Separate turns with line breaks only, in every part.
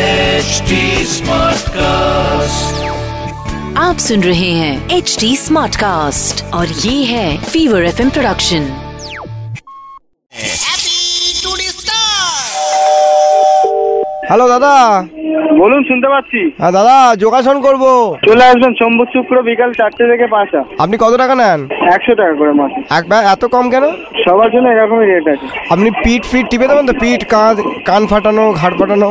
HD Smartcast.
आप सुन रहे हैं एच डी स्मार्ट कास्ट और ये है फीवर एफ प्रोडक्शन
হ্যালো দাদা
বলুন শুনতে পাচ্ছি
হ্যাঁ দাদা যোগাসন করব
চলে আসবেন সোমবার শুক্র বিকাল চারটে থেকে পাঁচটা
আপনি কত টাকা নেন
একশো টাকা করে মাসে
একবার এত কম কেন
সবার জন্য এরকমই রেট আছে
আপনি পিঠ ফিট টিপে দেবেন তো পিঠ কাঁধ কান ফাটানো ঘাট ফাটানো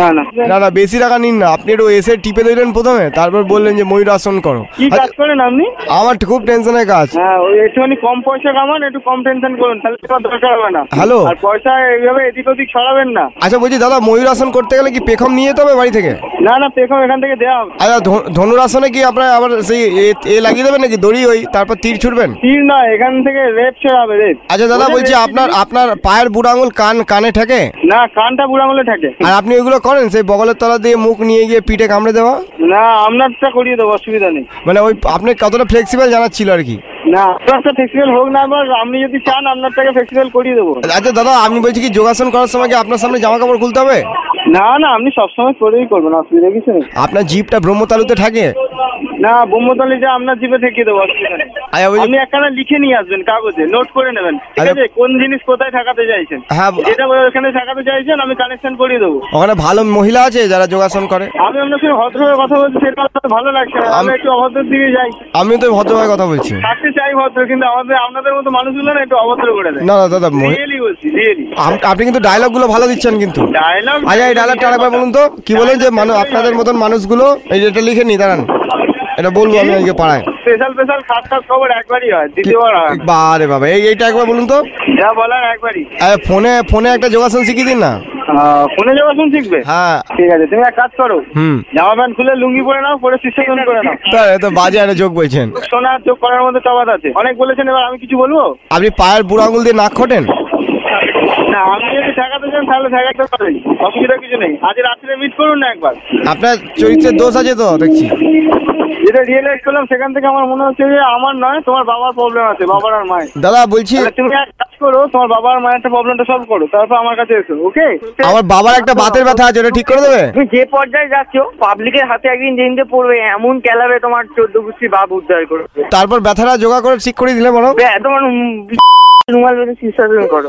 না না
না না বেশি টাকা নিন না আপনি একটু এসে টিপে দিলেন প্রথমে তারপর বললেন যে ময়ূরাসন করো আচ্ছা,
কি কাজ করেন আপনি
আমার খুব টেনশনের কাজ
হ্যাঁ ওই একটুখানি কম পয়সা কামান একটু কম টেনশন করুন তাহলে তোমার দরকার হবে না
হ্যালো?
আর পয়সা এইভাবে এদিক ওদিক ছড়াবেন না
আচ্ছা বলছি দাদা ময়ূরাসন করতে গেলে কি পেখম নিয়ে যেতে হবে বাড়ি থেকে
না না পেখম এখান থেকে দেওয়া হবে
আচ্ছা ধ- ধনুরাসনে কি আপনার আবার সেই এ- এ লাগিয়ে দেবেন নাকি দড়ি ওই তারপর তীর ছুটবেন
তীর না এখান থেকে রেপ ছড়াবে রেপ
আচ্ছা দাদা বলছি আপনার আপনার পায়ের বুড়ো আঙুল কান কানে ঠেকে
না কানটা বুড়া মলে থাকে
আর আপনি ওইগুলো করেন সেই বগলের তলা দিয়ে মুখ নিয়ে গিয়ে পিঠে কামড়ে দেওয়া
না আপনারটা করিয়ে দেবো অসুবিধা নেই
মানে ওই আপনি কতটা ফ্লেক্সিবল জানার ছিল আর কি
না আপনারটা ফ্লেক্সিবল হোক না আবার আপনি যদি চান আপনারটাকে ফ্লেক্সিবল করিয়ে দেবো
আচ্ছা দাদা আমি বলছি কি যোগাসন করার সময় কি আপনার সামনে জামা কাপড় খুলতে হবে
না না আপনি সবসময় করেই করবেন অসুবিধা কিছু নেই
আপনার জিপটা ব্রহ্মতালুতে থাকে
না বোম্বতলে যা আপনার জিপে থেকে দেবো অসুবিধা নেই
আচ্ছা বলছি
আপনি একখানা লিখে নিয়ে আসবেন কাগজে নোট করে নেবেন ঠিক
আরে-
আছে কোন জিনিস কোথায় ঠাকাতে চাইছেন
হ্যাঁ
যেটা ওখানে ঠাকাতে চাইছেন আমি কানেকশন করিয়ে দেবো
ওখানে ভালো মহিলা আছে যারা যোগাসন করে
আমি আপনার সঙ্গে ভদ্র হয়ে কথা বলছি সেটা আপনার ভালো লাগছে না আমি
আম-
একটু অভদ্রের দিকে যাই
আমি তো ভদ্রভাবে কথা বলছি
থাকতে চাই ভদ্র কিন্তু আমাদের আপনাদের মতো মানুষগুলো না একটু অভদ্র করে দেয়
না না দাদা মহি-
রিয়েলি বলছি রিয়েলি
আপ- আপনি কিন্তু ডায়লগগুলো ভালো দিচ্ছেন কিন্তু
ডায়লগ
আচ্ছা এই ডায়লগটা আরেকবার বলুন তো কি বলেন যে মানুষ আপনাদের মতন মানুষগুলো এই যে এটা লিখে নি দাঁড়ান এটা বলবো আমি আজকে পাড়ায়
স্পেশাল স্পেশাল খাস খাস খবর একবারই হয় দ্বিতীয়বার হয় না।
বারে বাবা এই এইটা একবার বলুন তো
যা বলার একবারই
আরে ফোনে ফোনে একটা যোগাসন শিখিয়ে দিন না
আহ, ফোনে যাওয়া শুন শিখবে
হ্যাঁ
ঠিক আছে তুমি এক কাজ করো
হুম
জামা প্যান্ট খুলে লুঙ্গি পরে নাও পরে সিস্টেম করে নাও
তা এ তো বাজে একটা যোগ বলছেন
সোনা চোখ করার মধ্যে তফাত আছে অনেক বলেছেন এবার আমি কিছু বলবো
আপনি পায়ের বুড়ো আঙুল দিয়ে নাক খোটেন
না আপনি যদি ঠেকাতে চান তাহলে ঠেকাতে পারেন অসুবিধা কিছু নেই আজ রাত্রে মিট করুন না একবার
আপনার চরিত্রের দোষ আছে তো দেখছি
যেটা রিয়েলাইজ করলাম সেখান থেকে আমার মনে হচ্ছে যে আমার নয় তোমার বাবার প্রবলেম আছে বাবার আর মায়ের
দাদা বলছি
তাহলে তুমি এক কাজ করো তোমার বাবার আর মায়ের প্রবলেমটা সলভ করো তারপর আমার কাছে এসো ওকে
আমার বাবার একটা বাতের ব্যথা আছে ওটা ঠিক করে দেবে
তুমি যে পর্যায়ে যাচ্ছ পাবলিকের হাতে একদিন যেদিনতে পড়বে এমন কেলাবে তোমার চোদ্দ গুষ্টি বাপ উদ্ধার করবে
তারপর ব্যথাটা যোগা করে ঠিক করে দিলে বড়
বে- তোমার উম রুমাল বেঁধে শীর্ষাসন করো